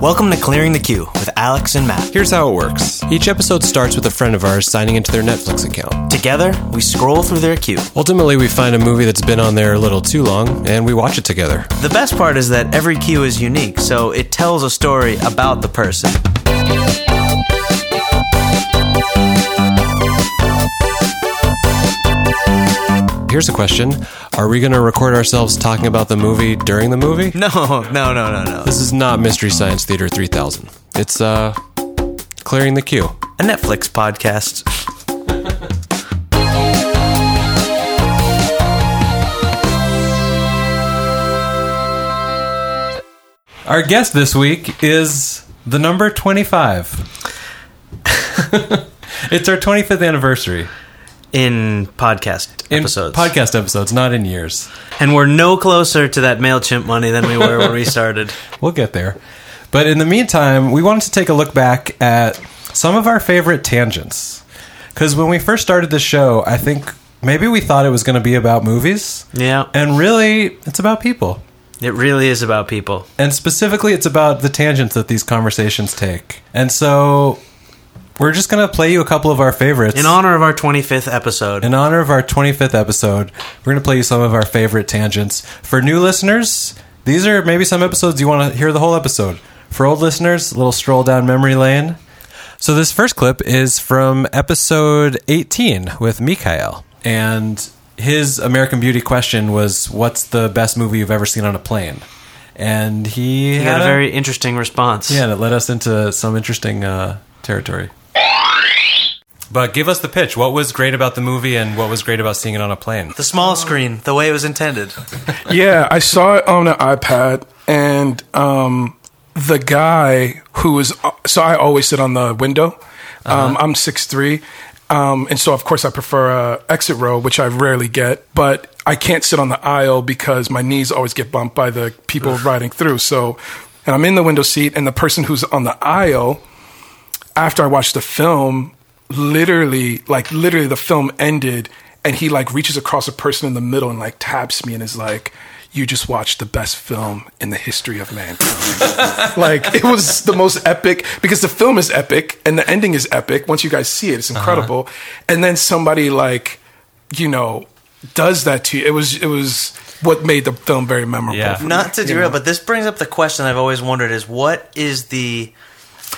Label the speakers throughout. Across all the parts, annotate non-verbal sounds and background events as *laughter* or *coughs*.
Speaker 1: Welcome to Clearing the Queue with Alex and Matt.
Speaker 2: Here's how it works each episode starts with a friend of ours signing into their Netflix account.
Speaker 1: Together, we scroll through their queue.
Speaker 2: Ultimately, we find a movie that's been on there a little too long and we watch it together.
Speaker 1: The best part is that every queue is unique, so it tells a story about the person. *laughs*
Speaker 2: Here's a question Are we going to record ourselves talking about the movie during the movie?
Speaker 1: No, no, no, no, no.
Speaker 2: This is not Mystery Science Theater 3000. It's, uh, clearing the queue.
Speaker 1: A Netflix podcast.
Speaker 2: Our guest this week is the number 25. *laughs* it's our 25th anniversary
Speaker 1: In podcast
Speaker 2: in
Speaker 1: episodes.
Speaker 2: podcast episodes, not in years.
Speaker 1: and we're no closer to that MailChimp money than we were when
Speaker 2: *laughs*
Speaker 1: we started.
Speaker 2: We'll get there. But in the meantime, we wanted to take a look back at some of our favorite tangents. Because when we first started the show, I think maybe we thought it was going to be about movies.
Speaker 1: Yeah.
Speaker 2: And really, it's about people.
Speaker 1: It really is about people.
Speaker 2: And specifically, it's about the tangents that these conversations take. And so we're just going to play you a couple of our favorites.
Speaker 1: In honor of our 25th episode,
Speaker 2: In honor of our 25th episode, we're going to play you some of our favorite tangents. For new listeners, these are maybe some episodes you want to hear the whole episode. For old listeners, a little stroll down memory lane. So, this first clip is from episode 18 with Mikhail. And his American Beauty question was, What's the best movie you've ever seen on a plane? And he,
Speaker 1: we got a very interesting response.
Speaker 2: yeah, and it led us into some interesting uh, territory. But give us the pitch. What was great about the movie and what was great about seeing it on a plane?
Speaker 1: The small screen, the way it was intended.
Speaker 3: Yeah, I saw it on an iPad, and um, the guy who was so I always sit on the window. Um, I'm six three, um, and so of course I prefer a exit row, which I rarely get. But I can't sit on the aisle because my knees always get bumped by the people riding through. So, and I'm in the window seat, and the person who's on the aisle after I watched the film, literally, like literally the film ended and he like reaches across a person in the middle and like taps me and is like, you just watched the best film in the history of mankind. like it was the most epic because the film is epic and the ending is epic. Once you guys see it, it's incredible. And then somebody like, you know, does that to you. It was it was what made the film very memorable.
Speaker 2: Yeah.
Speaker 3: for me,
Speaker 1: Not to
Speaker 3: you
Speaker 1: derail,
Speaker 3: know?
Speaker 1: but this brings up the question I've always wondered: is what is the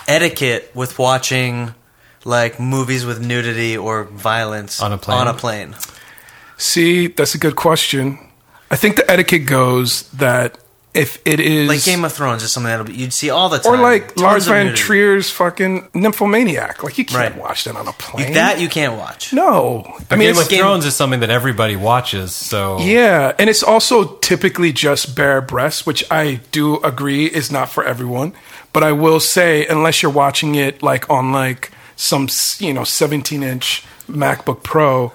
Speaker 1: etiquette with watching like movies with nudity or violence
Speaker 2: On a plane?
Speaker 1: On a plane,
Speaker 3: See, that's a good question. I think the etiquette goes that if it is
Speaker 1: like Game of Thrones, is something that you'd see all the time,
Speaker 3: or like
Speaker 1: Tons
Speaker 3: Lars
Speaker 1: of
Speaker 3: Van
Speaker 1: nudity.
Speaker 3: Trier's fucking Nymphomaniac, like you can't
Speaker 1: Right.
Speaker 3: watch that on a plane.
Speaker 1: You- that you can't watch.
Speaker 3: no, I mean,
Speaker 2: Game
Speaker 3: it's,
Speaker 2: of Thrones is something that everybody watches, so
Speaker 3: yeah, and it's also typically just bare breasts, which I do agree is not for everyone. But I will say, unless you're watching it like on like some s- you know 17 inch MacBook Pro,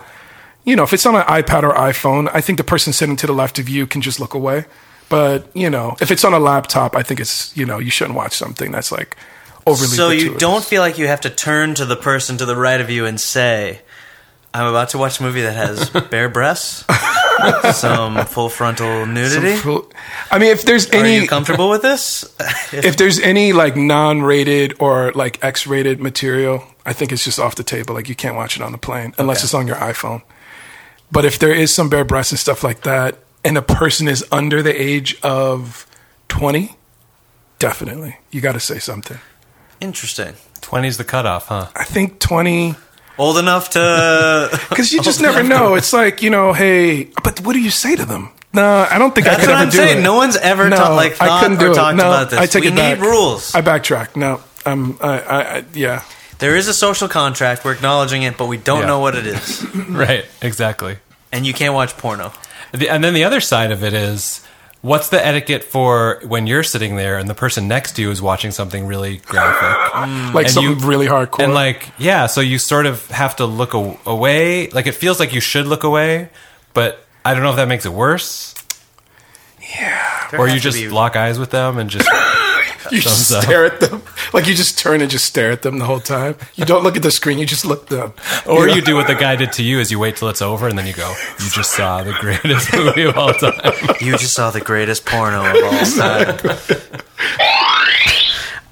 Speaker 3: you know, if it's on an iPad or iPhone, I think the person sitting to the left of you can just look away. But you know, if it's on a laptop, I think it's you know you shouldn't watch something that's like overly.
Speaker 1: So you
Speaker 3: gratuitous.
Speaker 1: don't feel like you have to turn to the person to the right of you and say, "I'm about to watch a movie that has bare breasts, some full frontal nudity."
Speaker 3: I mean, if there's
Speaker 1: Are
Speaker 3: any
Speaker 1: you comfortable
Speaker 3: *laughs*
Speaker 1: with this? *laughs*
Speaker 3: if there's any like non-rated or like X-rated material, I think it's just off the table. Like you can't watch it on the plane unless it's on your iPhone. But if there is some bare breasts and stuff like that, and the person is under the age of twenty, definitely you got to say something.
Speaker 1: Interesting.
Speaker 2: 20's the
Speaker 3: *laughs*
Speaker 2: cutoff, huh?
Speaker 3: I think twenty.
Speaker 1: Old enough to
Speaker 2: *laughs*
Speaker 3: Because you
Speaker 1: *laughs* Oh,
Speaker 3: just never know. It's like you know, hey, but what do you say to them? No, I don't think I
Speaker 1: That's
Speaker 3: could
Speaker 1: what
Speaker 3: ever
Speaker 1: I'm
Speaker 3: do
Speaker 1: saying.
Speaker 3: it.
Speaker 1: No one's ever ta- like, thought or talked about this.
Speaker 3: I take
Speaker 1: We
Speaker 3: it back.
Speaker 1: need rules.
Speaker 3: I backtrack. No, I'm. I, I, I yeah.
Speaker 1: There is a social contract. We're acknowledging it, but we don't
Speaker 2: Yeah.
Speaker 1: know what it is.
Speaker 2: right, exactly.
Speaker 1: And you can't watch porno.
Speaker 2: The, and then the other side of it is what's the etiquette for when you're sitting there and the person next to you is watching something really graphic?
Speaker 3: Like
Speaker 2: And
Speaker 3: something
Speaker 2: you-
Speaker 3: really hardcore.
Speaker 2: And like, yeah, so you sort of have to look a- away. Like it feels like you should look away, but I don't know if that makes it worse
Speaker 1: There
Speaker 2: or
Speaker 1: has
Speaker 2: you
Speaker 1: to
Speaker 2: just
Speaker 1: be-
Speaker 2: lock eyes with them
Speaker 3: *laughs*
Speaker 2: and just
Speaker 3: *laughs* you just
Speaker 2: thumbs up.
Speaker 3: stare at them. Like you just turn and just stare at them the whole time. You don't look at the screen. You just look them.
Speaker 2: Or
Speaker 3: know?
Speaker 2: you do what the guy did to you is you wait till it's over and then you go, you just saw the greatest *laughs* movie of all
Speaker 1: *laughs*
Speaker 2: time. *laughs*
Speaker 1: you just saw the greatest porno of all time.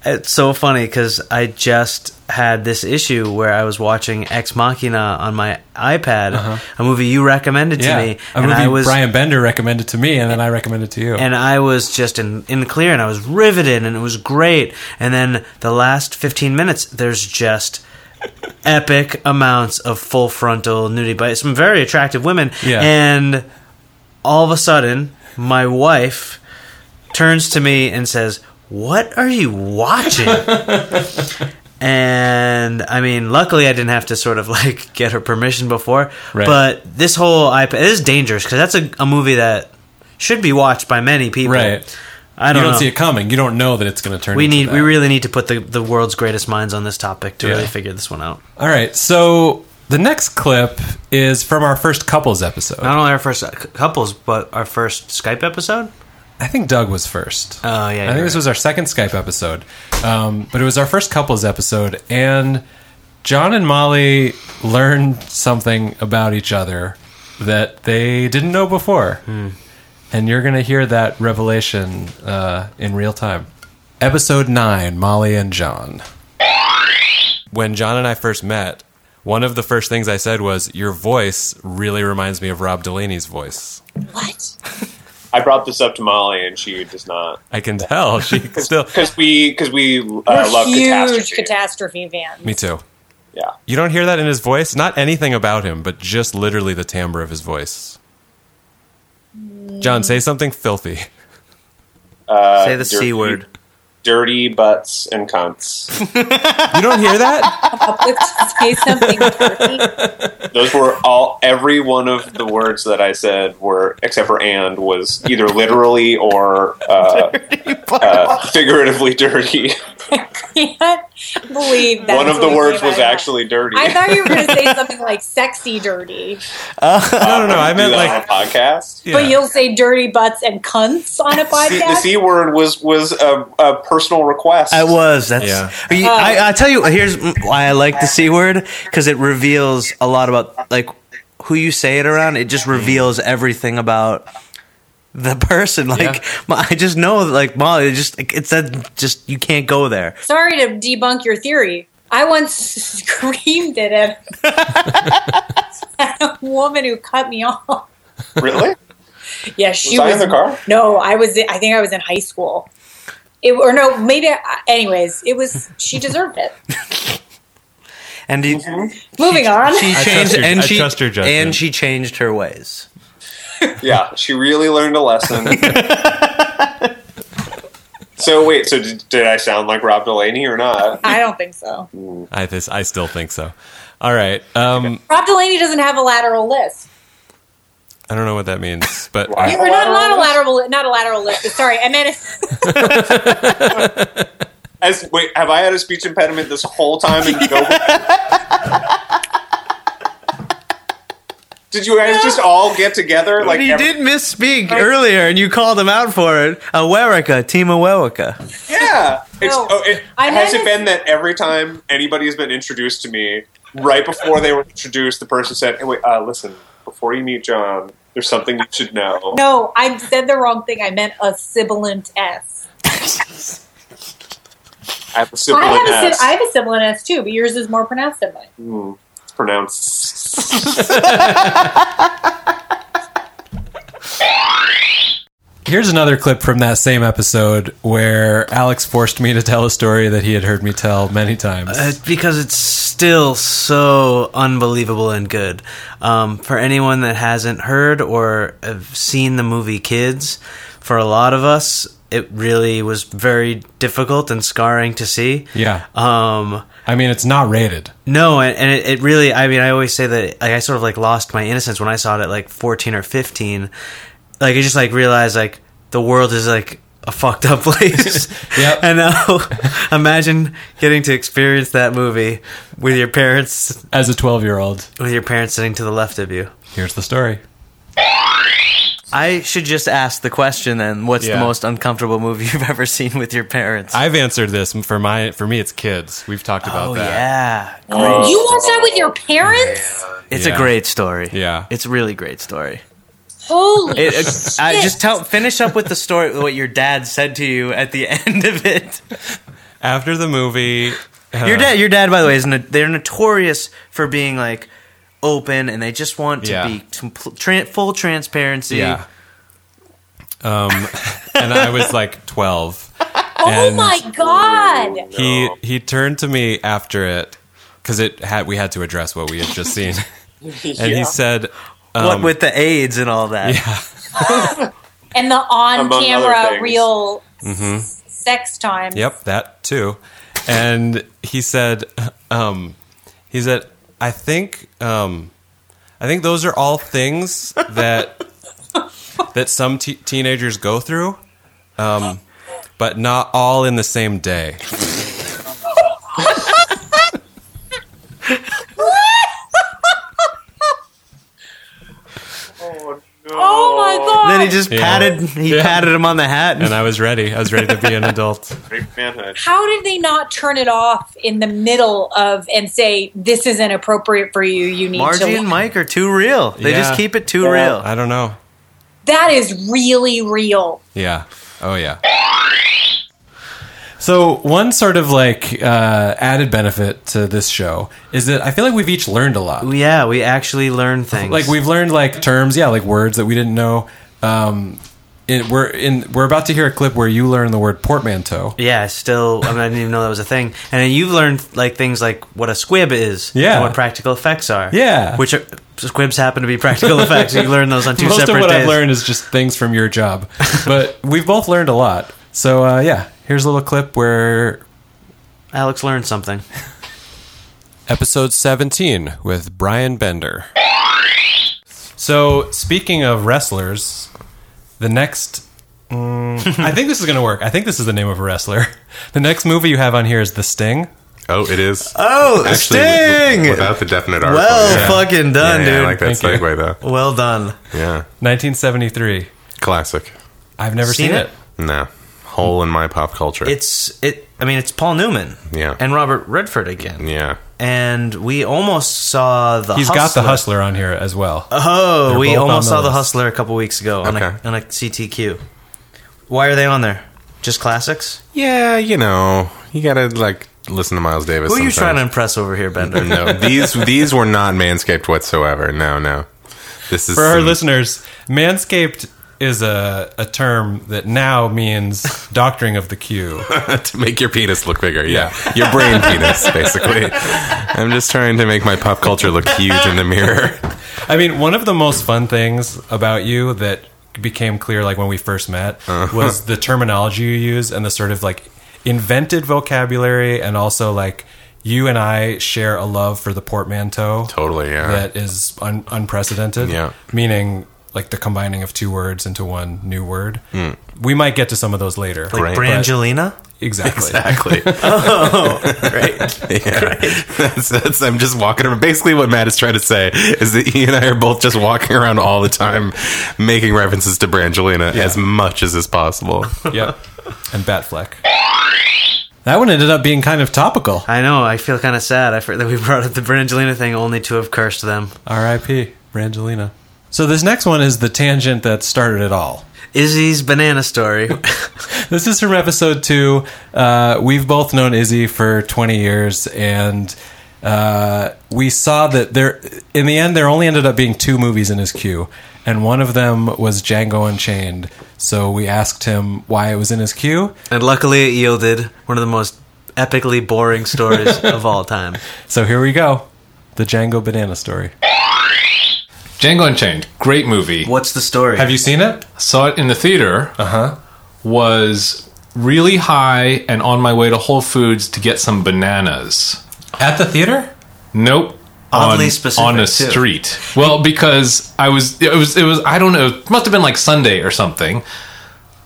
Speaker 1: It's so funny because I just had this issue where I was watching Ex Machina on my iPad, a movie you recommended to
Speaker 2: Uh-huh. yeah.
Speaker 1: me,
Speaker 2: a
Speaker 1: and
Speaker 2: movie
Speaker 1: I was
Speaker 2: Brian Bender recommended to me, and then I recommended to you.
Speaker 1: and I was just in in the clear, and I was riveted, and it was great. And then the last fifteen minutes, there's just epic amounts of full frontal nudity by some very attractive women,
Speaker 2: Yeah.
Speaker 1: and all of a sudden, my wife turns to me and says, "What are
Speaker 2: *laughs*
Speaker 1: you watching?" and I mean, luckily I didn't have to sort of like *laughs* get her permission before.
Speaker 2: Right.
Speaker 1: But this whole iPad it is dangerous because that's a, a movie that should be watched by many people.
Speaker 2: Right.
Speaker 1: I
Speaker 2: you
Speaker 1: don't,
Speaker 2: don't
Speaker 1: know.
Speaker 2: see it coming. You don't know that it's going to turn.
Speaker 1: we
Speaker 2: into
Speaker 1: need.
Speaker 2: that.
Speaker 1: We really need to put the the world's greatest minds on this topic to
Speaker 2: Yeah.
Speaker 1: really figure this one out.
Speaker 2: All right. So the next clip is from our first couples episode.
Speaker 1: Not only our first uh, c- couples, but our first Skype episode.
Speaker 2: I think Doug was first.
Speaker 1: Oh, yeah,
Speaker 2: I
Speaker 1: you're
Speaker 2: think this
Speaker 1: right.
Speaker 2: was our second Skype episode, um, but it was our first couples episode, and John and Molly learned something about each other that they didn't know before,
Speaker 1: Hmm.
Speaker 2: and you're gonna hear that revelation uh, in real time. Episode nine: Molly and John. When John and I first met, one of the first things I said was, "Your voice really reminds me of Rob Delaney's voice."
Speaker 4: What?
Speaker 5: I brought this up to Molly, and she does not.
Speaker 2: I can tell she
Speaker 1: *laughs*
Speaker 2: still.
Speaker 5: Because we, because we uh,
Speaker 4: We're
Speaker 5: love
Speaker 4: huge
Speaker 5: catastrophe.
Speaker 4: catastrophe fans. *laughs*
Speaker 2: Me too.
Speaker 5: yeah,
Speaker 2: You don't hear that in his voice? Not anything about him, but just literally the timbre of his voice. John, say something filthy.
Speaker 1: Say the
Speaker 5: dirty.
Speaker 1: c word.
Speaker 5: dirty butts and
Speaker 2: *laughs*
Speaker 5: cunts.
Speaker 2: You don't hear that?
Speaker 4: Say something dirty.
Speaker 5: Those were all. Every one of the words that I said were, except for and, was either literally or
Speaker 2: *laughs*
Speaker 5: uh, uh, figuratively dirty.
Speaker 4: *laughs*
Speaker 5: *laughs*
Speaker 4: can't believe that.
Speaker 5: one of the words was actually dirty.
Speaker 4: I thought you were going to
Speaker 5: *laughs*
Speaker 4: say something like sexy dirty,
Speaker 2: No, no, no. I
Speaker 5: Do
Speaker 2: meant
Speaker 5: that
Speaker 2: like.
Speaker 5: on a podcast.
Speaker 2: Yeah.
Speaker 4: but you'll say dirty butts and cunts
Speaker 5: *laughs*
Speaker 4: on a
Speaker 5: C- the
Speaker 4: podcast.
Speaker 5: c word was was a, a personal request.
Speaker 1: I was. That's.
Speaker 2: Yeah.
Speaker 1: Are you- I, I tell you, here's why I like the c word because it reveals a lot about like who you say it around. It just reveals everything about the *laughs* person. Like my- I just know, like Molly, it just it's that just you can't go there.
Speaker 4: Sorry to debunk your theory. I once *laughs* screamed it at at a *laughs* woman who cut me off.
Speaker 2: *laughs*
Speaker 5: really.
Speaker 4: Yeah, she
Speaker 5: Was I
Speaker 4: was
Speaker 5: in the car?
Speaker 4: No, I was. I think I was in high school. It, or no, maybe. I- Anyways, it was. She deserved it.
Speaker 1: And you,
Speaker 4: Moving on.
Speaker 1: she
Speaker 2: trust
Speaker 1: changed,
Speaker 2: your-
Speaker 1: and
Speaker 2: I
Speaker 1: she
Speaker 2: trust your judgment.
Speaker 1: and she changed her ways.
Speaker 5: Yeah, she really learned a lesson. so wait, so did, did I sound like Rob Delaney or not?
Speaker 4: I don't think so.
Speaker 2: I, this, I still think so. All right. Um,
Speaker 4: Rob Delaney doesn't have a lateral list.
Speaker 2: I don't know what that means, but
Speaker 1: *laughs*
Speaker 5: Wow.
Speaker 4: Or not, not a lateral, li- not a lateral lift. Sorry, I meant
Speaker 5: As wait, have I had a speech impediment this whole time? And nobody did you guys just all get together? Like
Speaker 1: But he
Speaker 5: every-
Speaker 1: did misspeak earlier, and you called him out for it. Awerica, Team Awerica.
Speaker 5: yeah. It's,
Speaker 4: No.
Speaker 5: oh, it,
Speaker 4: I
Speaker 5: has it
Speaker 4: meant
Speaker 5: been that every time anybody has been introduced to me, right before they were introduced, the person said, "Hey, wait, uh, listen, before you meet John, there's something you should know."
Speaker 4: no. I said the wrong thing. I meant a sibilant S.
Speaker 5: I have a
Speaker 4: I
Speaker 5: sibling
Speaker 4: have a,
Speaker 5: S.
Speaker 4: si- I have a sibilant S too, but yours is more pronounced than mine.
Speaker 5: pronounced.
Speaker 2: Here's another clip from that same episode where Alex forced me to tell a story that he had heard me tell many times.
Speaker 1: Uh, because it's still so unbelievable and good. Um, for anyone that hasn't heard or have seen the movie Kids, for a lot of us, it really was very difficult and scarring to see.
Speaker 2: yeah.
Speaker 1: Um,
Speaker 2: I mean, it's not rated.
Speaker 1: no, and, and it, it really, I mean, I always say that like, I sort of like lost my innocence when I saw it at like 14 or 15. Like, I just like realized like the world is like a fucked up *laughs* place.
Speaker 2: *laughs* Yep.
Speaker 1: And now *laughs* imagine getting to experience that movie with your parents,
Speaker 2: As a 12 year old,
Speaker 1: with your parents sitting to the left of you.
Speaker 2: here's the story.
Speaker 1: I should just ask the question then what's
Speaker 2: Yeah.
Speaker 1: the most uncomfortable movie you've *laughs* ever seen with your parents?
Speaker 2: I've answered this for my for me. It's kids. We've talked about
Speaker 1: oh,
Speaker 2: that.
Speaker 1: yeah.
Speaker 4: you watched that with your parents?
Speaker 1: It's
Speaker 2: Yeah.
Speaker 1: a great story.
Speaker 2: Yeah.
Speaker 1: It's a really great story.
Speaker 4: Holy!
Speaker 1: It, it, uh,
Speaker 2: *laughs*
Speaker 1: I *laughs*
Speaker 4: Shit.
Speaker 1: just tell finish up with the story what your dad said to you at the end of it.
Speaker 2: after the movie. uh,
Speaker 1: Your dad, your dad, by the way, is no, they're notorious for being like open, and they just want to
Speaker 2: Yeah.
Speaker 1: be compl- tran full transparency.
Speaker 2: Yeah.
Speaker 4: *laughs*
Speaker 2: Um, and I was like 12.
Speaker 4: Oh
Speaker 2: And-
Speaker 4: my god!
Speaker 2: He he turned to me after it because it had we had to address what we had just
Speaker 4: *laughs*
Speaker 2: seen, and he said,
Speaker 1: What
Speaker 2: um,
Speaker 1: with the AIDS and all that?
Speaker 4: And the
Speaker 5: Among other
Speaker 4: on-camera
Speaker 5: things.
Speaker 4: real
Speaker 1: Mm-hmm.
Speaker 4: s- sex time.
Speaker 2: Yep, that too. And he said, *laughs* um, he said, I think, um, I think those are all things that that some te- teenagers go through, um, but not all in the same day.
Speaker 4: Oh my god!
Speaker 1: Then he just
Speaker 2: Yeah.
Speaker 1: patted he
Speaker 2: Yeah.
Speaker 1: patted him on the hat, and,
Speaker 2: And I was ready. I was ready to be an adult.
Speaker 5: Great manhood.
Speaker 4: How did they not turn it off in the middle of and say this is inappropriate for you? You need to.
Speaker 1: Margie
Speaker 4: leave"?
Speaker 1: and Mike are too real. They just
Speaker 2: Yeah.
Speaker 1: keep it too
Speaker 5: Yeah.
Speaker 1: real.
Speaker 2: I don't know.
Speaker 4: That is really real.
Speaker 2: Yeah. Oh yeah. So one sort of like uh, added benefit to this show is that I feel like we've each learned a lot.
Speaker 1: Yeah, we actually learn things.
Speaker 2: like we've learned like terms yeah like words that we didn't know um it, we're in we're about to hear a clip where you learn the word portmanteau
Speaker 1: yeah, still, I, mean, I didn't even know that was a thing. And then you've learned like things like what a squib is,
Speaker 2: Yeah.
Speaker 1: and what practical effects are,
Speaker 2: Yeah.
Speaker 1: which are, squibs happen to
Speaker 2: *laughs*
Speaker 1: be practical effects. You learn those on two
Speaker 2: most of
Speaker 1: separate
Speaker 2: what
Speaker 1: days.
Speaker 2: i've learned is just things from your
Speaker 1: *laughs*
Speaker 2: job but we've both learned a lot so uh yeah here's a little clip where
Speaker 1: Alex learned something.
Speaker 2: episode 17 with brian bender so speaking of wrestlers the next mm, i think this is gonna work i think this is the name of a wrestler *laughs* the next movie you have on here is the sting
Speaker 6: Oh, it is.
Speaker 1: Oh,
Speaker 6: Actually,
Speaker 1: Sting!
Speaker 6: with- without the definite article.
Speaker 1: well,
Speaker 6: yeah.
Speaker 1: fucking done,
Speaker 6: yeah, yeah,
Speaker 1: dude.
Speaker 6: I like that
Speaker 2: Thank you.
Speaker 6: segue though.
Speaker 1: Well done.
Speaker 6: Yeah,
Speaker 2: 1973
Speaker 6: classic.
Speaker 2: I've never
Speaker 1: Seen
Speaker 2: seen,
Speaker 1: it?
Speaker 2: it?
Speaker 6: No hole in my pop culture.
Speaker 1: It's it. I mean, it's Paul Newman.
Speaker 6: Yeah.
Speaker 1: And Robert Redford again.
Speaker 6: yeah.
Speaker 1: And we almost saw the.
Speaker 2: He's
Speaker 1: Hustler.
Speaker 2: got the hustler on here as well.
Speaker 1: Oh,
Speaker 2: They're
Speaker 1: we
Speaker 2: both on
Speaker 1: almost
Speaker 2: the
Speaker 1: saw the
Speaker 2: list.
Speaker 1: Hustler a couple weeks ago on,
Speaker 6: Okay.
Speaker 1: a, on a CTQ. Why are they on there? Just classics?
Speaker 6: Yeah, you know, you gotta like listen to Miles Davis.
Speaker 1: Who are you trying
Speaker 6: sometimes.
Speaker 1: to impress over here, Bender?
Speaker 6: no, these these were not manscaped whatsoever. No, no. This is
Speaker 2: For our
Speaker 6: some-
Speaker 2: listeners, manscaped is a, a term that now means *laughs* doctoring of the Q.
Speaker 6: *laughs* to make your penis look bigger. Yeah, your brain penis, basically. I'm just trying to make my pop culture look huge in the mirror. *laughs*
Speaker 2: I mean, one of the most fun things about you that became clear like when we first met was the terminology you use and the sort of like invented vocabulary and also like you and I share a love for the portmanteau.
Speaker 6: Totally. Yeah.
Speaker 2: that is un- unprecedented.
Speaker 6: Yeah.
Speaker 2: Meaning like the combining of two words into one new word. We might get to some of those later.
Speaker 1: Like
Speaker 6: Right.
Speaker 1: Brangelina?
Speaker 2: exactly.
Speaker 6: Exactly. great. *laughs* Yeah. That's, that's, I'm just walking around. Basically, what Matt is trying to say is that he and I are both just walking around all the time making references to Brangelina as much as is possible.
Speaker 2: Yep. And Batfleck. That one ended up being kind of topical.
Speaker 1: I know, I feel kind of sad. I forgot that we *laughs* brought up the Brangelina thing only to have cursed them.
Speaker 2: R.I.P. Brangelina. So this next one is the tangent that started it all.
Speaker 1: Izzy's banana story. *laughs*
Speaker 2: This is from episode two. Uh, we've both known Izzy for 20 years, and uh, we saw that there, in the end, there only ended up being two movies in his queue, and one of them was Django Unchained. So we asked him why it was in his queue.
Speaker 1: and luckily, it yielded one of the most epically boring stories of all time.
Speaker 2: So here we go the Django Banana story.
Speaker 7: Django Unchained, great movie.
Speaker 1: What's the story?
Speaker 2: Have you seen it?
Speaker 7: Saw it in the theater. Uh
Speaker 1: Uh-huh.
Speaker 7: huh. Was really high and on my way to Whole Foods to get some bananas.
Speaker 2: At the theater?
Speaker 7: Nope.
Speaker 1: Oddly
Speaker 7: on,
Speaker 1: specific,
Speaker 7: on a
Speaker 1: too.
Speaker 7: street. Well, because I was, it was, it was. I don't know. It must have been like Sunday or something.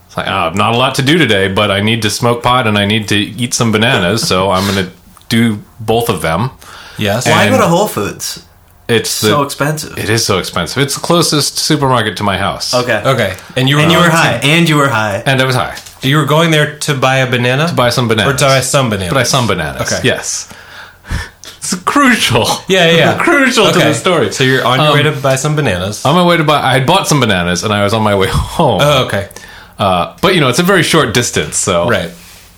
Speaker 7: It's like, uh, not a lot to do today, but I need to smoke pot and I need to eat some bananas, so I'm gonna do both of them.
Speaker 2: Yes.
Speaker 1: Why
Speaker 7: And-
Speaker 1: go to Whole Foods?
Speaker 7: It's the,
Speaker 1: so expensive.
Speaker 7: It is so expensive. It's the closest supermarket to my house.
Speaker 1: Okay.
Speaker 2: Okay. And you were,
Speaker 1: And you were high. And you were high.
Speaker 7: and I was high.
Speaker 2: You were going there to buy a banana? To
Speaker 7: buy some bananas.
Speaker 2: Or to buy some bananas.
Speaker 7: But I some bananas.
Speaker 2: Okay.
Speaker 7: Yes. *laughs* It's crucial.
Speaker 2: Yeah, yeah,
Speaker 7: *laughs*
Speaker 2: yeah.
Speaker 7: crucial to
Speaker 2: Okay.
Speaker 7: the story.
Speaker 2: So you're on your
Speaker 7: Um,
Speaker 2: way to buy some bananas.
Speaker 7: on my way to buy. I had bought some bananas and I was on my way *laughs* home.
Speaker 2: oh, okay.
Speaker 7: Uh, but you know, it's a very short distance, so
Speaker 2: Right.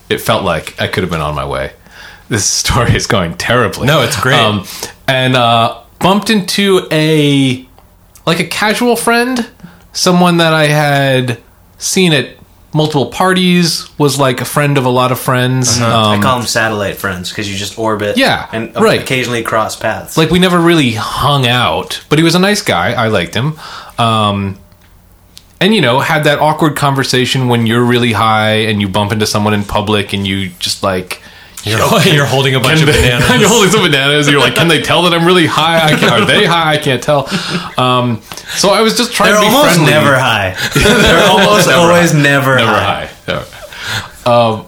Speaker 7: it felt like I could have been on my way. This *laughs* story is going terribly. Um,
Speaker 2: No, it's great.
Speaker 7: and uh, bumped into a like a casual friend, someone that I had seen at multiple parties, was like a friend of a lot of
Speaker 2: Uh-huh.
Speaker 7: friends.
Speaker 1: I
Speaker 7: Um,
Speaker 1: call them satellite friends because you just orbit.
Speaker 7: Yeah,
Speaker 1: and
Speaker 7: right.
Speaker 1: occasionally cross paths.
Speaker 7: like we never really hung out, but he was a nice guy. I liked him. Um, and you know, had that awkward conversation when you're really high and you bump into someone in public and you just like
Speaker 2: *laughs* You're, you're holding a
Speaker 7: *laughs*
Speaker 2: bunch of bananas.
Speaker 7: you're holding some bananas. You're like, can they tell that I'm really high? I can't, are they high? I can't tell. Um, so I was just trying
Speaker 1: they're
Speaker 7: to be
Speaker 1: almost
Speaker 7: friendly.
Speaker 1: never high. they're *laughs* almost always never,
Speaker 7: Never
Speaker 1: high.
Speaker 7: high. Never. Um,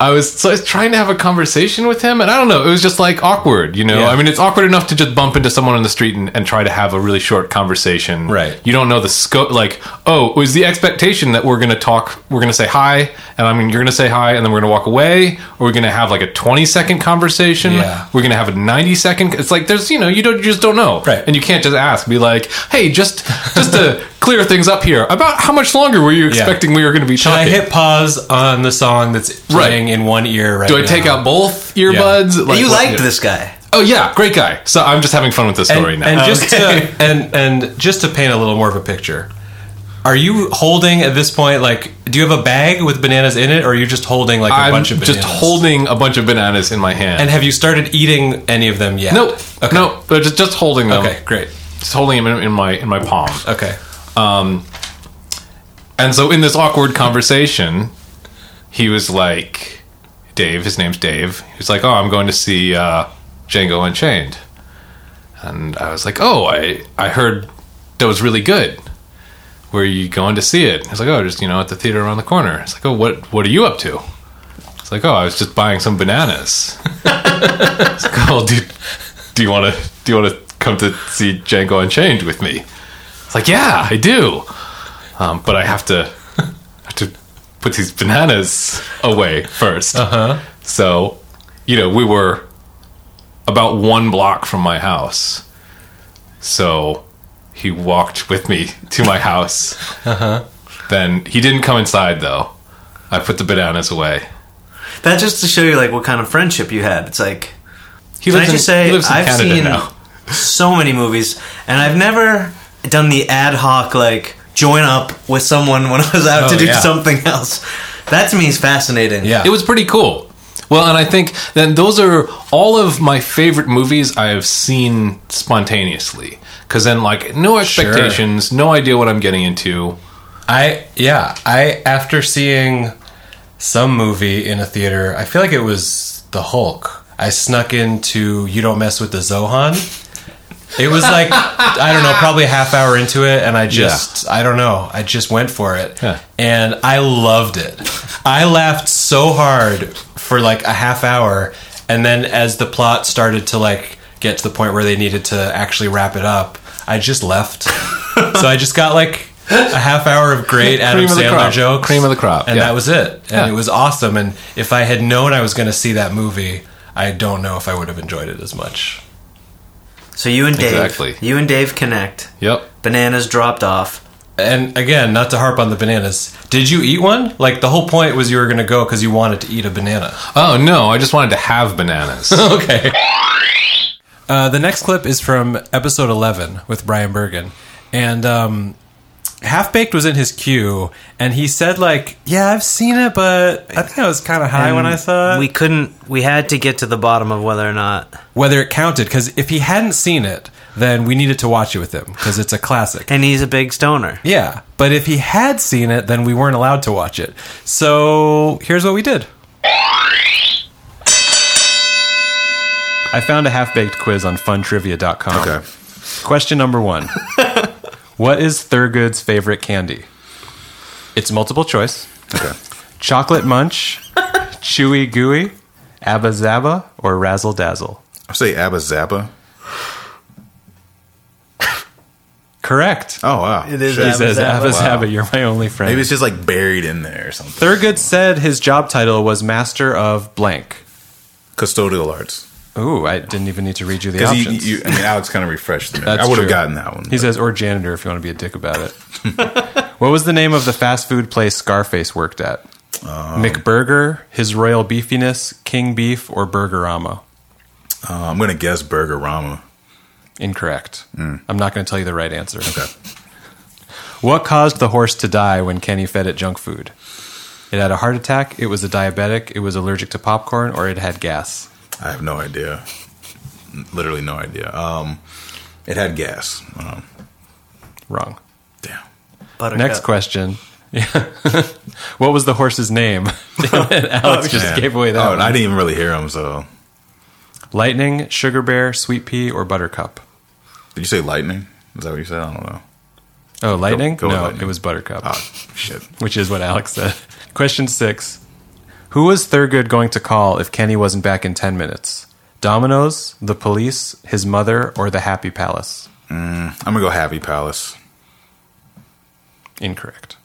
Speaker 7: I was so I was trying to have a conversation with him, and I don't know. It was just like awkward, you know.
Speaker 2: Yeah.
Speaker 7: I mean, it's awkward enough to just bump into someone on the street and, and try to have a really short conversation.
Speaker 2: Right.
Speaker 7: You don't know the scope. Like, oh, it was the expectation that we're going to talk, we're going to say hi, and I mean, you're going to say hi, and then we're going to walk away, or we're going to have like a 20 second conversation.
Speaker 2: Yeah.
Speaker 7: We're going to have a 90 second. It's like there's, you know, you don't you just don't know,
Speaker 2: Right.
Speaker 7: And you can't just ask. Be like, hey, just just
Speaker 2: *laughs*
Speaker 7: to clear things up here, about how much longer were you expecting we were going to be
Speaker 2: Should I
Speaker 7: talking?
Speaker 2: hit pause on the song that's playing in one ear right
Speaker 7: Do I take
Speaker 2: now?
Speaker 7: out both earbuds? Like,
Speaker 1: you
Speaker 7: what-
Speaker 1: liked this guy.
Speaker 7: Oh yeah, great guy. So I'm just having fun with this story
Speaker 2: and,
Speaker 7: now.
Speaker 2: and just *laughs* to, and and just to paint a little more of a picture are you holding at this point like do you have a bag with bananas in it or are you just holding like a
Speaker 7: I'm
Speaker 2: bunch of bananas
Speaker 7: just holding a bunch of bananas in my hand.
Speaker 2: and have you started eating any of them yet
Speaker 7: no, no, they're just just holding them.
Speaker 2: okay great
Speaker 7: just holding them in, in my in my palm.
Speaker 2: okay
Speaker 7: And so in this awkward conversation, he was like, Dave, his name's Dave. He was like, Oh, I'm going to see uh, Django Unchained. And I was like, Oh, I, I heard that was really good. Where are you going to see it? He's like, Oh, just, you know, at the theater around the corner. It's like, Oh, what, what are you up to? It's like, Oh, I was just buying some bananas. *laughs* it's like, Oh, dude, do you want to, do you want to come to see Django Unchained with me? It's like, Yeah, I do um, but I have to *laughs* have to put these bananas away first. Uh-huh. So, you know, we were about one block from my house, so he walked with me *laughs* to my house. Uh-huh. Then he didn't come inside though. I put the bananas away.
Speaker 1: That just to show you like what kind of friendship you had. It's like
Speaker 7: He
Speaker 1: Can I
Speaker 7: lives in,
Speaker 1: just say,
Speaker 7: he lives in
Speaker 1: I've
Speaker 7: Canada
Speaker 1: seen
Speaker 7: now.
Speaker 1: so many movies, and I've never done the ad hoc like join up with someone when *laughs* I was out to
Speaker 2: Oh,
Speaker 1: do
Speaker 2: yeah.
Speaker 1: something else. That to me is fascinating.
Speaker 2: yeah
Speaker 7: It was pretty cool. Well, and I think then those are all of my favorite movies I have seen spontaneously. Because then, like, no expectations, no idea what I'm getting into.
Speaker 2: I yeah, I after seeing some movie in a theater, I feel like it was The Hulk. I snuck into You Don't Mess with the Zohan. It was like I don't know, probably a half hour into it and I just I don't know, I just went for it.
Speaker 7: Yeah.
Speaker 2: And I loved it. I laughed so hard for like a half hour and then as the plot started to like get to the point where they needed to actually wrap it up, I
Speaker 7: *laughs*
Speaker 2: just left. so I just got like a half hour of great Adam
Speaker 7: Cream of the
Speaker 2: Sandler
Speaker 7: crop.
Speaker 2: jokes,
Speaker 7: Cream of the crop,
Speaker 2: and
Speaker 7: yeah.
Speaker 2: that was it. And
Speaker 7: Yeah.
Speaker 2: it was awesome. And if I had known I was going to see that movie, I don't know if I would have enjoyed it as much.
Speaker 1: So you and Dave,
Speaker 7: Exactly.
Speaker 1: you and Dave connect.
Speaker 7: Yep.
Speaker 1: Bananas dropped off.
Speaker 2: And again, not to harp on the bananas. Did you eat one? Like the whole point was you were going to go because you wanted to eat a banana.
Speaker 7: Oh, no, I just wanted to have bananas.
Speaker 2: okay. Uh, the next clip is from episode 11 with Brian Bergen. And um, Half Baked was in his queue, and he said, like, yeah, I've seen it, but I think I was kind of high when I saw it.
Speaker 1: we couldn't. We had to get to the bottom of whether or not.
Speaker 2: Whether it counted, because if he hadn't seen it, then we needed to watch it with him, because it's a classic.
Speaker 1: And he's a big stoner.
Speaker 2: Yeah, but if he had seen it, then we weren't allowed to watch it. So here's what we did. I found a half baked quiz on funtrivia.com.
Speaker 6: Okay.
Speaker 2: Question
Speaker 6: *laughs*
Speaker 2: number one What is Thurgood's favorite candy? It's multiple choice
Speaker 6: Okay. *laughs*
Speaker 2: chocolate munch, chewy gooey, abba zaba, or razzle dazzle.
Speaker 6: I say Abba Zappa.
Speaker 2: Correct.
Speaker 6: Oh wow.
Speaker 1: It is
Speaker 6: Shit.
Speaker 2: He
Speaker 1: Abba
Speaker 2: says,
Speaker 1: Zaba.
Speaker 2: Abba
Speaker 6: Wow.
Speaker 2: Zaba, you're my only friend.
Speaker 6: Maybe it's just like buried in there or something.
Speaker 2: Thurgood said his job title was Master of Blank.
Speaker 6: Custodial arts.
Speaker 2: Ooh, I didn't even need to read you the
Speaker 6: Because you,
Speaker 2: options.
Speaker 6: you, I mean, Alex kind of refreshed the
Speaker 2: That's
Speaker 6: I would have
Speaker 2: true.
Speaker 6: gotten that one.
Speaker 2: he says, or janitor *laughs* if you want to be a dick about it. what was the name of the fast food place Scarface worked at?
Speaker 6: Um,
Speaker 2: McBurger, his royal beefiness, King Beef, or Burgerama.
Speaker 8: Uh, I'm gonna guess Burger Rama.
Speaker 2: Incorrect.
Speaker 6: Hmm.
Speaker 2: I'm not going to tell you the right answer. Okay. *laughs* What caused the horse to die when Kenny fed it junk food? It had a heart attack, it was a diabetic, it was allergic to popcorn, or it had gas.
Speaker 8: I have no idea. Literally no idea. Um, it had gas. Um,
Speaker 2: Wrong.
Speaker 8: damn.
Speaker 1: Buttercup.
Speaker 2: Next question. *laughs* Yeah. what was the horse's name? *laughs* Damn it, Alex just
Speaker 8: Man.
Speaker 2: gave away that.
Speaker 8: Oh,
Speaker 2: one.
Speaker 8: and I didn't even really hear him. So
Speaker 2: Lightning, sugar bear, sweet pea, or buttercup?
Speaker 8: did you say lightning? Is that what you said? I don't know.
Speaker 2: Oh, lightning?
Speaker 8: go with
Speaker 2: no,
Speaker 8: lightning.
Speaker 2: it was buttercup,
Speaker 8: Oh shit.
Speaker 2: which is what Alex said. Question six Who was Thurgood going to call if Kenny wasn't back in 10 minutes? Domino's, the police, his mother, or the Happy Palace?
Speaker 8: I'm gonna go Happy Palace.
Speaker 2: Incorrect.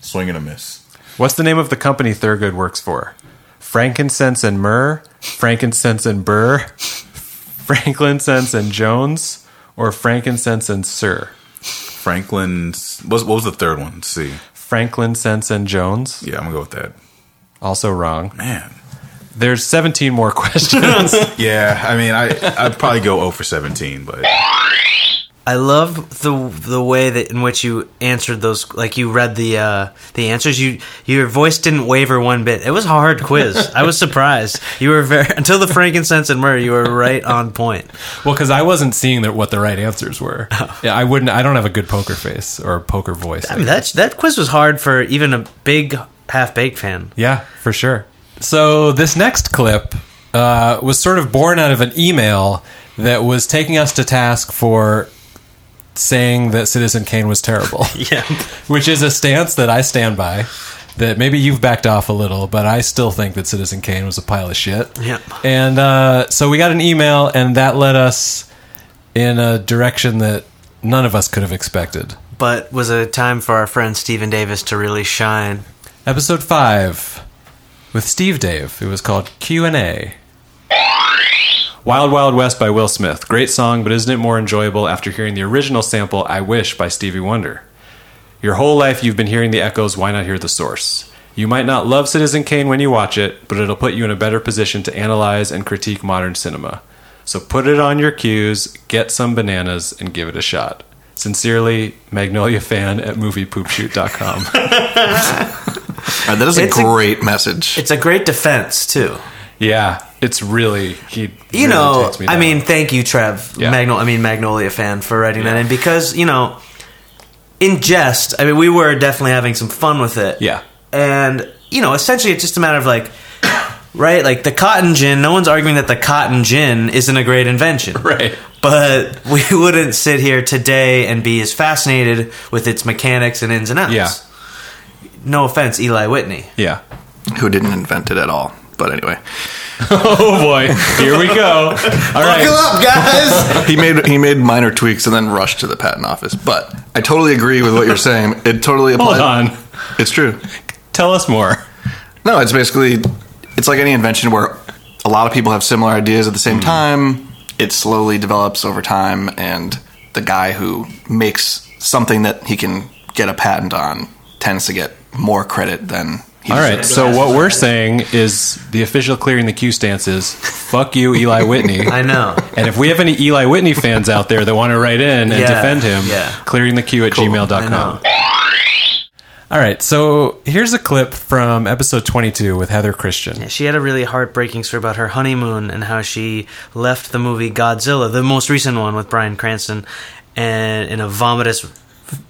Speaker 8: Swing and a miss.
Speaker 2: What's the name of the company Thurgood works for? Frankincense and Myrrh, Frankincense and Burr, Franklin Sense and Jones, or Frankincense and Sir?
Speaker 8: Franklin's. What was, what was the third one? Let's see.
Speaker 2: Franklin Sense and Jones,
Speaker 8: Yeah, I'm gonna go with that.
Speaker 2: also wrong.
Speaker 8: Man.
Speaker 2: There's 17 more *laughs* questions.
Speaker 8: Yeah, I mean, I I'd probably go 0 for 17,
Speaker 9: *laughs*
Speaker 8: but
Speaker 9: Uh,
Speaker 1: I love the the way that in which you answered those. Like you read the uh, the answers. You your voice didn't waver one bit. It was a hard quiz. I was surprised. You were very *laughs* until the frankincense and myrrh. You were right on point.
Speaker 2: Well, because I wasn't seeing the, what the right answers were. Yeah, I wouldn't. I don't have a good poker face or poker voice.
Speaker 1: I mean, that that quiz was hard for even a big half baked fan.
Speaker 2: yeah, for sure. So this next clip uh, was sort of born out of an email that was taking us to task for saying that Citizen Kane was terrible.
Speaker 1: Yeah,
Speaker 2: *laughs* which is a stance that I stand by. That maybe you've backed off a little, but I still think that Citizen Kane was a pile of shit.
Speaker 1: Yep.
Speaker 2: And uh, so we got an email, and that led us in a direction that none of us could have expected.
Speaker 1: but was a time for our friend Stephen Davis to really shine.
Speaker 2: Episode five with Steve Dave. It was called Q and A. Wild Wild West by Will Smith. Great song, but isn't it more enjoyable after hearing the original sample I Wish by Stevie Wonder? Your whole life you've been hearing the echoes, why not hear the source? You might not love Citizen Kane when you watch it, but it'll put you in a better position to analyze and critique modern cinema. So put it on your cues, get some bananas, and give it a shot. Sincerely, Magnolia fan at moviepoopshoot.com.
Speaker 10: that is a
Speaker 1: It's a-
Speaker 10: great message.
Speaker 1: It's a great defense too.
Speaker 2: Yeah, it's really he.
Speaker 1: you
Speaker 2: really
Speaker 1: know,
Speaker 2: takes me
Speaker 1: I
Speaker 2: down.
Speaker 1: mean, thank you, Trev.
Speaker 2: Yeah.
Speaker 1: Magno- I mean, Magnolia fan for writing that in because you know, in jest. I mean, we were definitely having some fun with it.
Speaker 2: Yeah.
Speaker 1: and you know, essentially, it's just a matter of like, *coughs* right, like the cotton gin. No one's arguing that the cotton gin isn't a great invention,
Speaker 2: Right.
Speaker 1: But we *laughs* wouldn't sit here today and be as fascinated with its mechanics and ins and outs.
Speaker 2: Yeah.
Speaker 1: No offense, Eli Whitney.
Speaker 2: yeah.
Speaker 10: *laughs* Who didn't invent it at all? But anyway,
Speaker 2: Oh boy, here we *laughs* go. All right,
Speaker 10: up, guys. he made he made minor tweaks and then rushed to the patent office. But I totally agree with what you're saying. It totally applies.
Speaker 2: hold on.
Speaker 10: It's true.
Speaker 2: Tell us more.
Speaker 10: No, it's basically it's like any invention where a lot of people have similar ideas at the same
Speaker 9: Mm-hmm.
Speaker 10: time. It slowly develops over time,
Speaker 9: *laughs*
Speaker 10: and the guy who makes something that he can get a patent on tends to get more credit than. He
Speaker 2: All right,
Speaker 10: deserves.
Speaker 2: so what we're saying is the official clearing the queue stance is fuck you,
Speaker 1: *laughs*
Speaker 2: Eli Whitney. *laughs*
Speaker 1: I know.
Speaker 2: And if we have any Eli Whitney fans out there that want to write in and
Speaker 1: Yeah,
Speaker 2: defend him,
Speaker 1: yeah.
Speaker 2: clearing the queue at
Speaker 1: I know.
Speaker 2: gmail.com. All right, so here's a clip from episode 22 with Heather Christian.
Speaker 1: *laughs* She had a really heartbreaking story about her honeymoon and how she left the movie Godzilla, the most recent one with Brian Cranston, and in a vomitous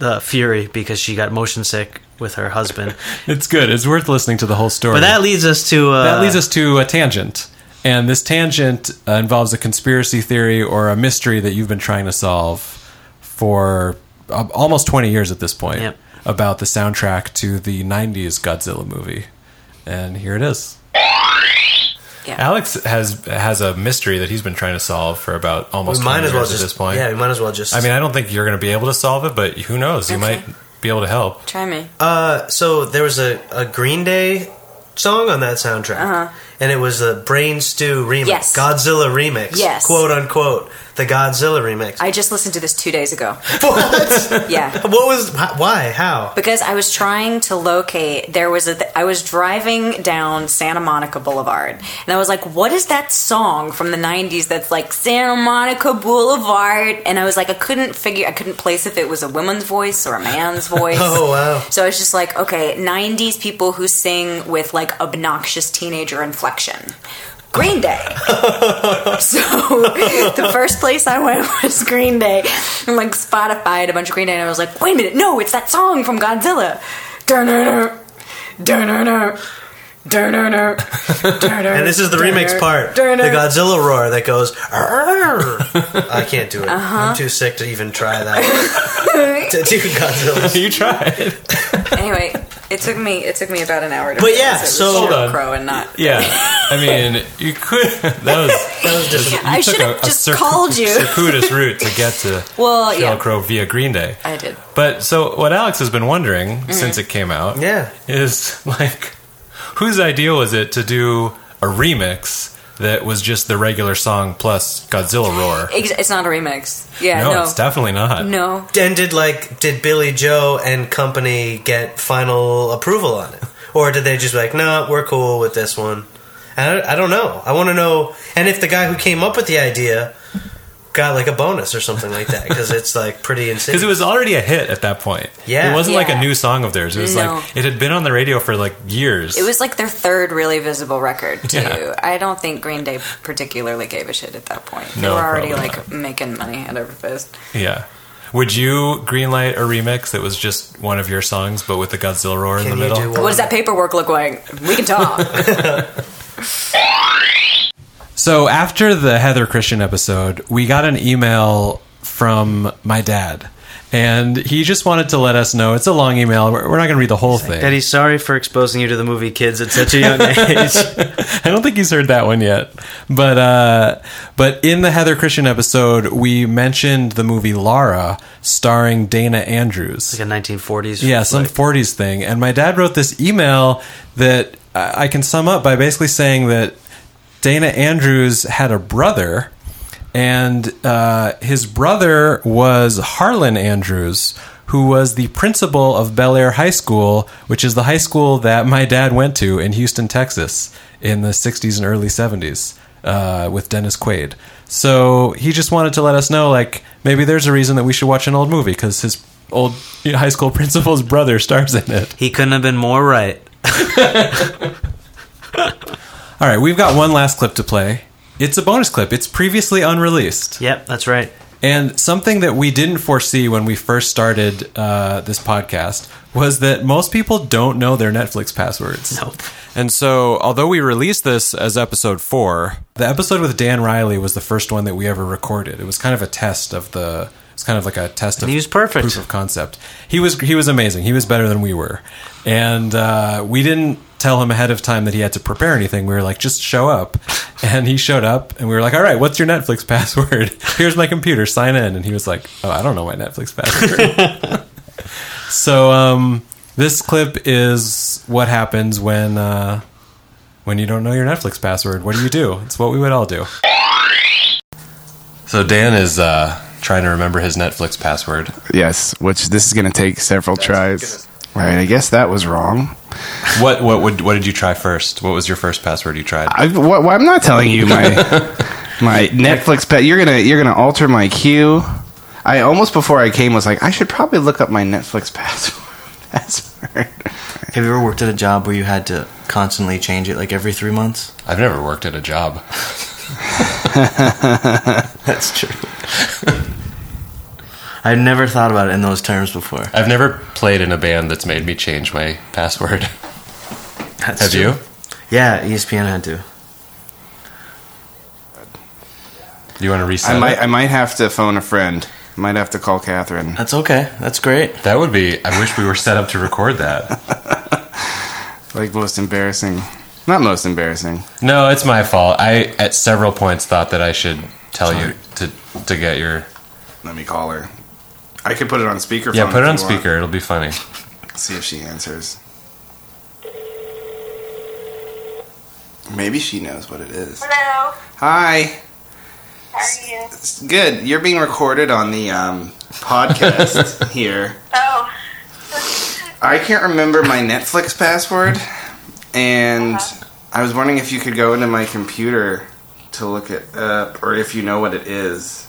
Speaker 1: uh, fury because she got motion sick with her husband.
Speaker 2: It's good. It's worth listening to the whole story.
Speaker 1: But that leads us to uh,
Speaker 2: that leads us to a tangent. And this tangent uh, involves a conspiracy theory or a mystery that you've been trying to solve for uh, almost 20 years at this point
Speaker 1: Yep.
Speaker 2: about the soundtrack to the 90s Godzilla movie. And here it is. Alex has has a mystery that he's been trying to solve for about almost 20 years at this point.
Speaker 1: Yeah, we might as well just.
Speaker 2: I mean, I don't think you're going to be able to solve it, but who knows? You
Speaker 11: Okay.
Speaker 2: might be able to help.
Speaker 11: Try me.
Speaker 1: uh, so there was a, a Green Day song on that soundtrack, and it was the Brain Stew remix,
Speaker 11: Yes.
Speaker 1: Godzilla remix,
Speaker 11: Yes.
Speaker 1: quote unquote.
Speaker 11: The Godzilla remix.
Speaker 12: I just listened to this two
Speaker 10: *laughs*
Speaker 12: days ago.
Speaker 11: What?
Speaker 12: yeah.
Speaker 11: What was? wh- Why? How?
Speaker 12: Because I was trying to locate, there was a, th- I was driving down Santa Monica Boulevard, and I was like, what is that song from the 90s that's like Santa Monica Boulevard? And I was like, I couldn't figure, I couldn't place if it was a woman's voice or a man's voice.
Speaker 11: Oh, wow.
Speaker 12: So I was just like, okay, 90s people who sing with like obnoxious teenager inflection.
Speaker 2: *laughs*
Speaker 12: Green Day. so the first place I went was Green Day. And like Spotify a bunch of Green Day, and I was like, wait a minute, no, it's that song from Godzilla. Dun-dun-dun, dun-dun-dun, dun-dun-dun, dun-dun-dun,
Speaker 11: And this is the remix part. The
Speaker 12: dun-dun.
Speaker 11: Godzilla roar that goes. "Arr." I can't do it.
Speaker 12: Uh-huh.
Speaker 11: I'm too sick to even try *laughs* that. to do Godzilla.
Speaker 2: you tried.
Speaker 12: anyway, it took me it took me about an hour to
Speaker 11: But
Speaker 12: realize
Speaker 11: yeah,
Speaker 12: it was
Speaker 11: so- Hold
Speaker 12: Sheryl
Speaker 11: on.
Speaker 12: Crow and not
Speaker 2: Yeah, *laughs* I mean, you could. *laughs* That was that was
Speaker 12: just- I should've just called you.
Speaker 2: circuitous route to get to
Speaker 12: Well,
Speaker 2: Sheryl
Speaker 12: *laughs* yeah.
Speaker 2: Crow via Green Day.
Speaker 12: I did.
Speaker 2: But so what Alex has been wondering
Speaker 12: Mm.
Speaker 2: since it came out,
Speaker 11: Yeah.
Speaker 2: is *laughs* like, whose idea was it to do a remix that was just the regular song plus Godzilla roar?
Speaker 12: Ex- It's not a remix. Yeah,
Speaker 2: no,
Speaker 12: no.
Speaker 2: it's definitely not.
Speaker 12: no.
Speaker 11: Then did like did Billy Joe and company get final approval on it, or did they just be like, no, nah, we're cool with this one? I don't, I don't know. I want to know, and if the guy who came up with the idea got like a bonus or something like that, because it's like *laughs* pretty insane.
Speaker 2: Because it was already a hit at that point.
Speaker 11: Yeah.
Speaker 2: It wasn't like a
Speaker 12: Yeah.
Speaker 2: new song of theirs. It was
Speaker 12: No.
Speaker 2: like, it had been on the radio for like years.
Speaker 12: It was like their third really visible record too.
Speaker 2: *laughs* Yeah.
Speaker 12: I don't think Green Day particularly gave a shit at that point. They
Speaker 2: No,
Speaker 12: were already
Speaker 2: probably
Speaker 12: like making money hand over fist.
Speaker 2: Yeah. Would you greenlight a remix that was just one of your songs, but with the Godzilla roar in
Speaker 11: Can
Speaker 2: the
Speaker 11: you
Speaker 2: middle?
Speaker 11: do
Speaker 12: What does that paperwork look like? We can talk.
Speaker 2: So after the Heather Christian episode, we got an email from my dad, and he just wanted to let us know. It's a long email. We're we're not going to read the whole thing.
Speaker 11: Daddy, sorry for exposing you to the movie kids at such a *laughs* young age.
Speaker 2: *laughs* I don't think he's heard that one yet. But uh, but in the Heather Christian episode, we mentioned the movie Lara, starring Dana Andrews.
Speaker 11: like a 1940s.
Speaker 2: Yeah, some 40s thing. And my dad wrote this email that I I can sum up by basically saying that Dana Andrews had a brother, and uh, his brother was Harlan Andrews, who was the principal of Bel Air High School, which is the high school that my dad went to in Houston, Texas, in the 60s and early 70s. Uh, with Dennis Quaid, so he just wanted to let us know, like maybe there's a reason that we should watch an old movie because his old you know, high school *laughs* principal's brother stars in it.
Speaker 11: He couldn't have been more right.
Speaker 2: All right, we've got one last clip to play. It's a bonus clip. It's previously unreleased.
Speaker 11: Yep, that's right.
Speaker 2: And something that we didn't foresee when we first started uh, this podcast was that most people don't know their Netflix passwords.
Speaker 11: Nope.
Speaker 2: And so, although we released this as episode four, the episode with Dan Riley was the first one that we ever recorded. It was kind of a test of the. It's kind of like a test of
Speaker 11: he was perfect.
Speaker 2: proof of concept. He was he was amazing. He was better than we were, and uh, we didn't tell him ahead of time that he had to prepare anything. We were like, just show up, *laughs* and he showed up, and we were like, all right, what's your Netflix *laughs* password? Here's my computer, sign in, and he was like, oh, I don't know my Netflix password.
Speaker 11: *laughs*
Speaker 2: *laughs* so um, this clip is what happens when. Uh, when you don't know your Netflix password, what do you do? It's what we would all do. So Dan is uh, trying to remember his Netflix password.
Speaker 9: Yes, which this is going to take several tries. All right, I guess that was wrong.
Speaker 2: What what would what did you try first? What was your first password you tried?
Speaker 9: I, wh- wh- I'm not telling
Speaker 10: *laughs*
Speaker 9: you my my Netflix pet. You're gonna you're gonna alter my cue. I almost before I came was like I should probably look up my Netflix password. password.
Speaker 11: Have you ever worked at a job where you had to constantly change it, like every three months?
Speaker 2: I've never worked at a job.
Speaker 11: *laughs*
Speaker 2: *laughs*
Speaker 11: That's true. I've never thought about it in those terms before.
Speaker 2: I've never played in a band that's made me change my password. *laughs*
Speaker 11: That's
Speaker 2: Have
Speaker 11: true.
Speaker 2: you?
Speaker 11: Yeah, E ESPN had to.
Speaker 2: Do you want to reset?
Speaker 9: I might
Speaker 2: it?
Speaker 9: I might have to phone a friend. Might have to call Catherine.
Speaker 11: That's okay. That's great.
Speaker 2: That would be. I wish we were set up to record that.
Speaker 9: Like most embarrassing. Not most embarrassing.
Speaker 2: No, it's my fault. I at several points thought that I should tell you to to get your.
Speaker 9: Let me call her. I could put it on speakerphone.
Speaker 2: Yeah, put
Speaker 9: if
Speaker 2: it on
Speaker 9: you want.
Speaker 2: speaker. It'll be funny.
Speaker 9: See if she answers. Maybe she knows what it is.
Speaker 13: Hello.
Speaker 9: Hi. Good. You're being recorded on the um, podcast
Speaker 2: *laughs*
Speaker 9: here.
Speaker 13: Oh.
Speaker 9: I can't remember my Netflix password, and I was wondering if you could go into my computer to look it up, or if you know what it is.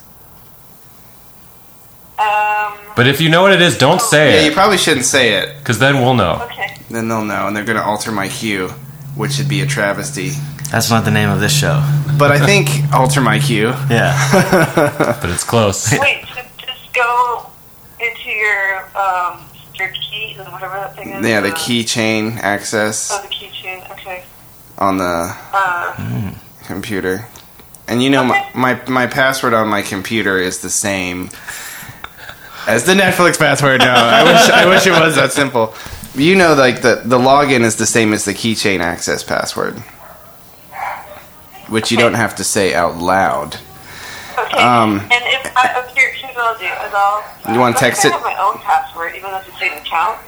Speaker 7: But if you know what it is,
Speaker 2: Oh,
Speaker 7: don't say
Speaker 9: yeah,
Speaker 7: it.
Speaker 9: you probably shouldn't say it.
Speaker 7: Because then we'll know.
Speaker 9: Then they'll know, and they're going to alter my cue, which would be a travesty.
Speaker 1: That's not the name of this show.
Speaker 9: But I think alter
Speaker 11: *laughs*
Speaker 9: my cue.
Speaker 1: Yeah,
Speaker 7: but it's close.
Speaker 13: Wait, so just go into your um your key or whatever that thing is.
Speaker 9: Yeah, the
Speaker 13: uh,
Speaker 9: keychain access
Speaker 13: Oh, the keychain. Okay.
Speaker 9: on the
Speaker 13: Uh,
Speaker 9: computer. And you know, my, my my password on my computer is the same as the Netflix password. No, I wish I wish it was that simple. You know, like the the login is the same as the keychain access password, which you don't have to say out loud.
Speaker 13: okay.
Speaker 9: Um,
Speaker 13: and if I, oh, here, here's what I'll do is I'll.
Speaker 9: You wanna text
Speaker 13: I
Speaker 9: it?
Speaker 13: have my own password, even though it's the same account.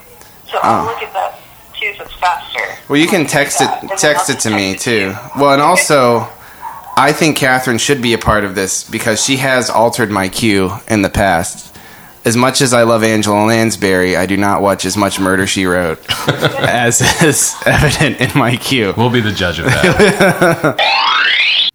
Speaker 13: So
Speaker 9: Oh.
Speaker 13: I'll look at that too, so it's faster.
Speaker 9: Well, you can text it text it to me too. Well, and also, I think Catherine should be a part of this because she has altered my cue in the past. As much as I love Angela Lansbury, I do not watch as much Murder She Wrote as is evident in my cue.
Speaker 7: We'll be the judge of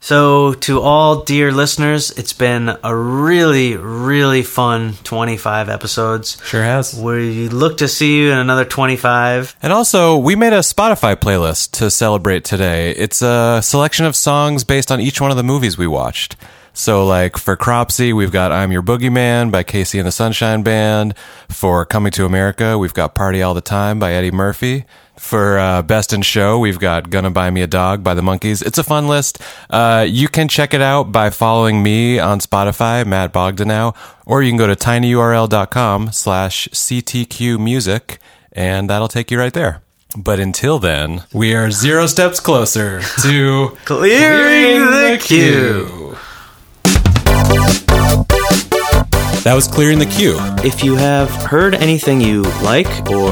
Speaker 1: So, to all dear listeners, it's been a really, really fun 25 episodes. Sure has. We look to see you in another 25.
Speaker 2: And also, we made a Spotify playlist to celebrate today. It's a selection of songs based on each one of the movies we watched. So, like for Cropsy, we've got I'm Your Boogeyman by Casey and the Sunshine Band. For Coming to America, we've got Party All the Time by Eddie Murphy. For uh, Best in Show, we've got Gonna Buy Me a Dog by the Monkees. It's a fun list. Uh, you can check it out by following me on Spotify, Matt Bogdanow, or you can go to tinyurl.com slash CTQ music and that'll take you right there. But until then, we are zero steps closer to
Speaker 1: clearing the
Speaker 2: queue. That was clearing the queue.
Speaker 1: If you have heard anything you like or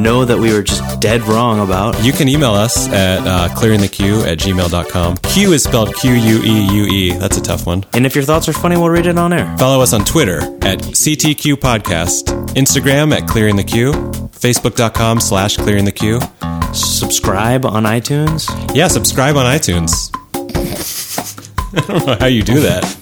Speaker 1: know that we were just dead wrong about,
Speaker 2: you can email us at uh, clearingthequeue at gmail.com. Q is spelled Q U E U E. That's a tough one.
Speaker 1: And if your thoughts are funny, we'll read it on air.
Speaker 2: Follow us on Twitter at CTQ Podcast, Instagram at Clearing the Queue, Facebook.com slash Clearing the Queue.
Speaker 1: Subscribe on iTunes?
Speaker 2: *laughs* Yeah, subscribe on iTunes. I don't know how you do that.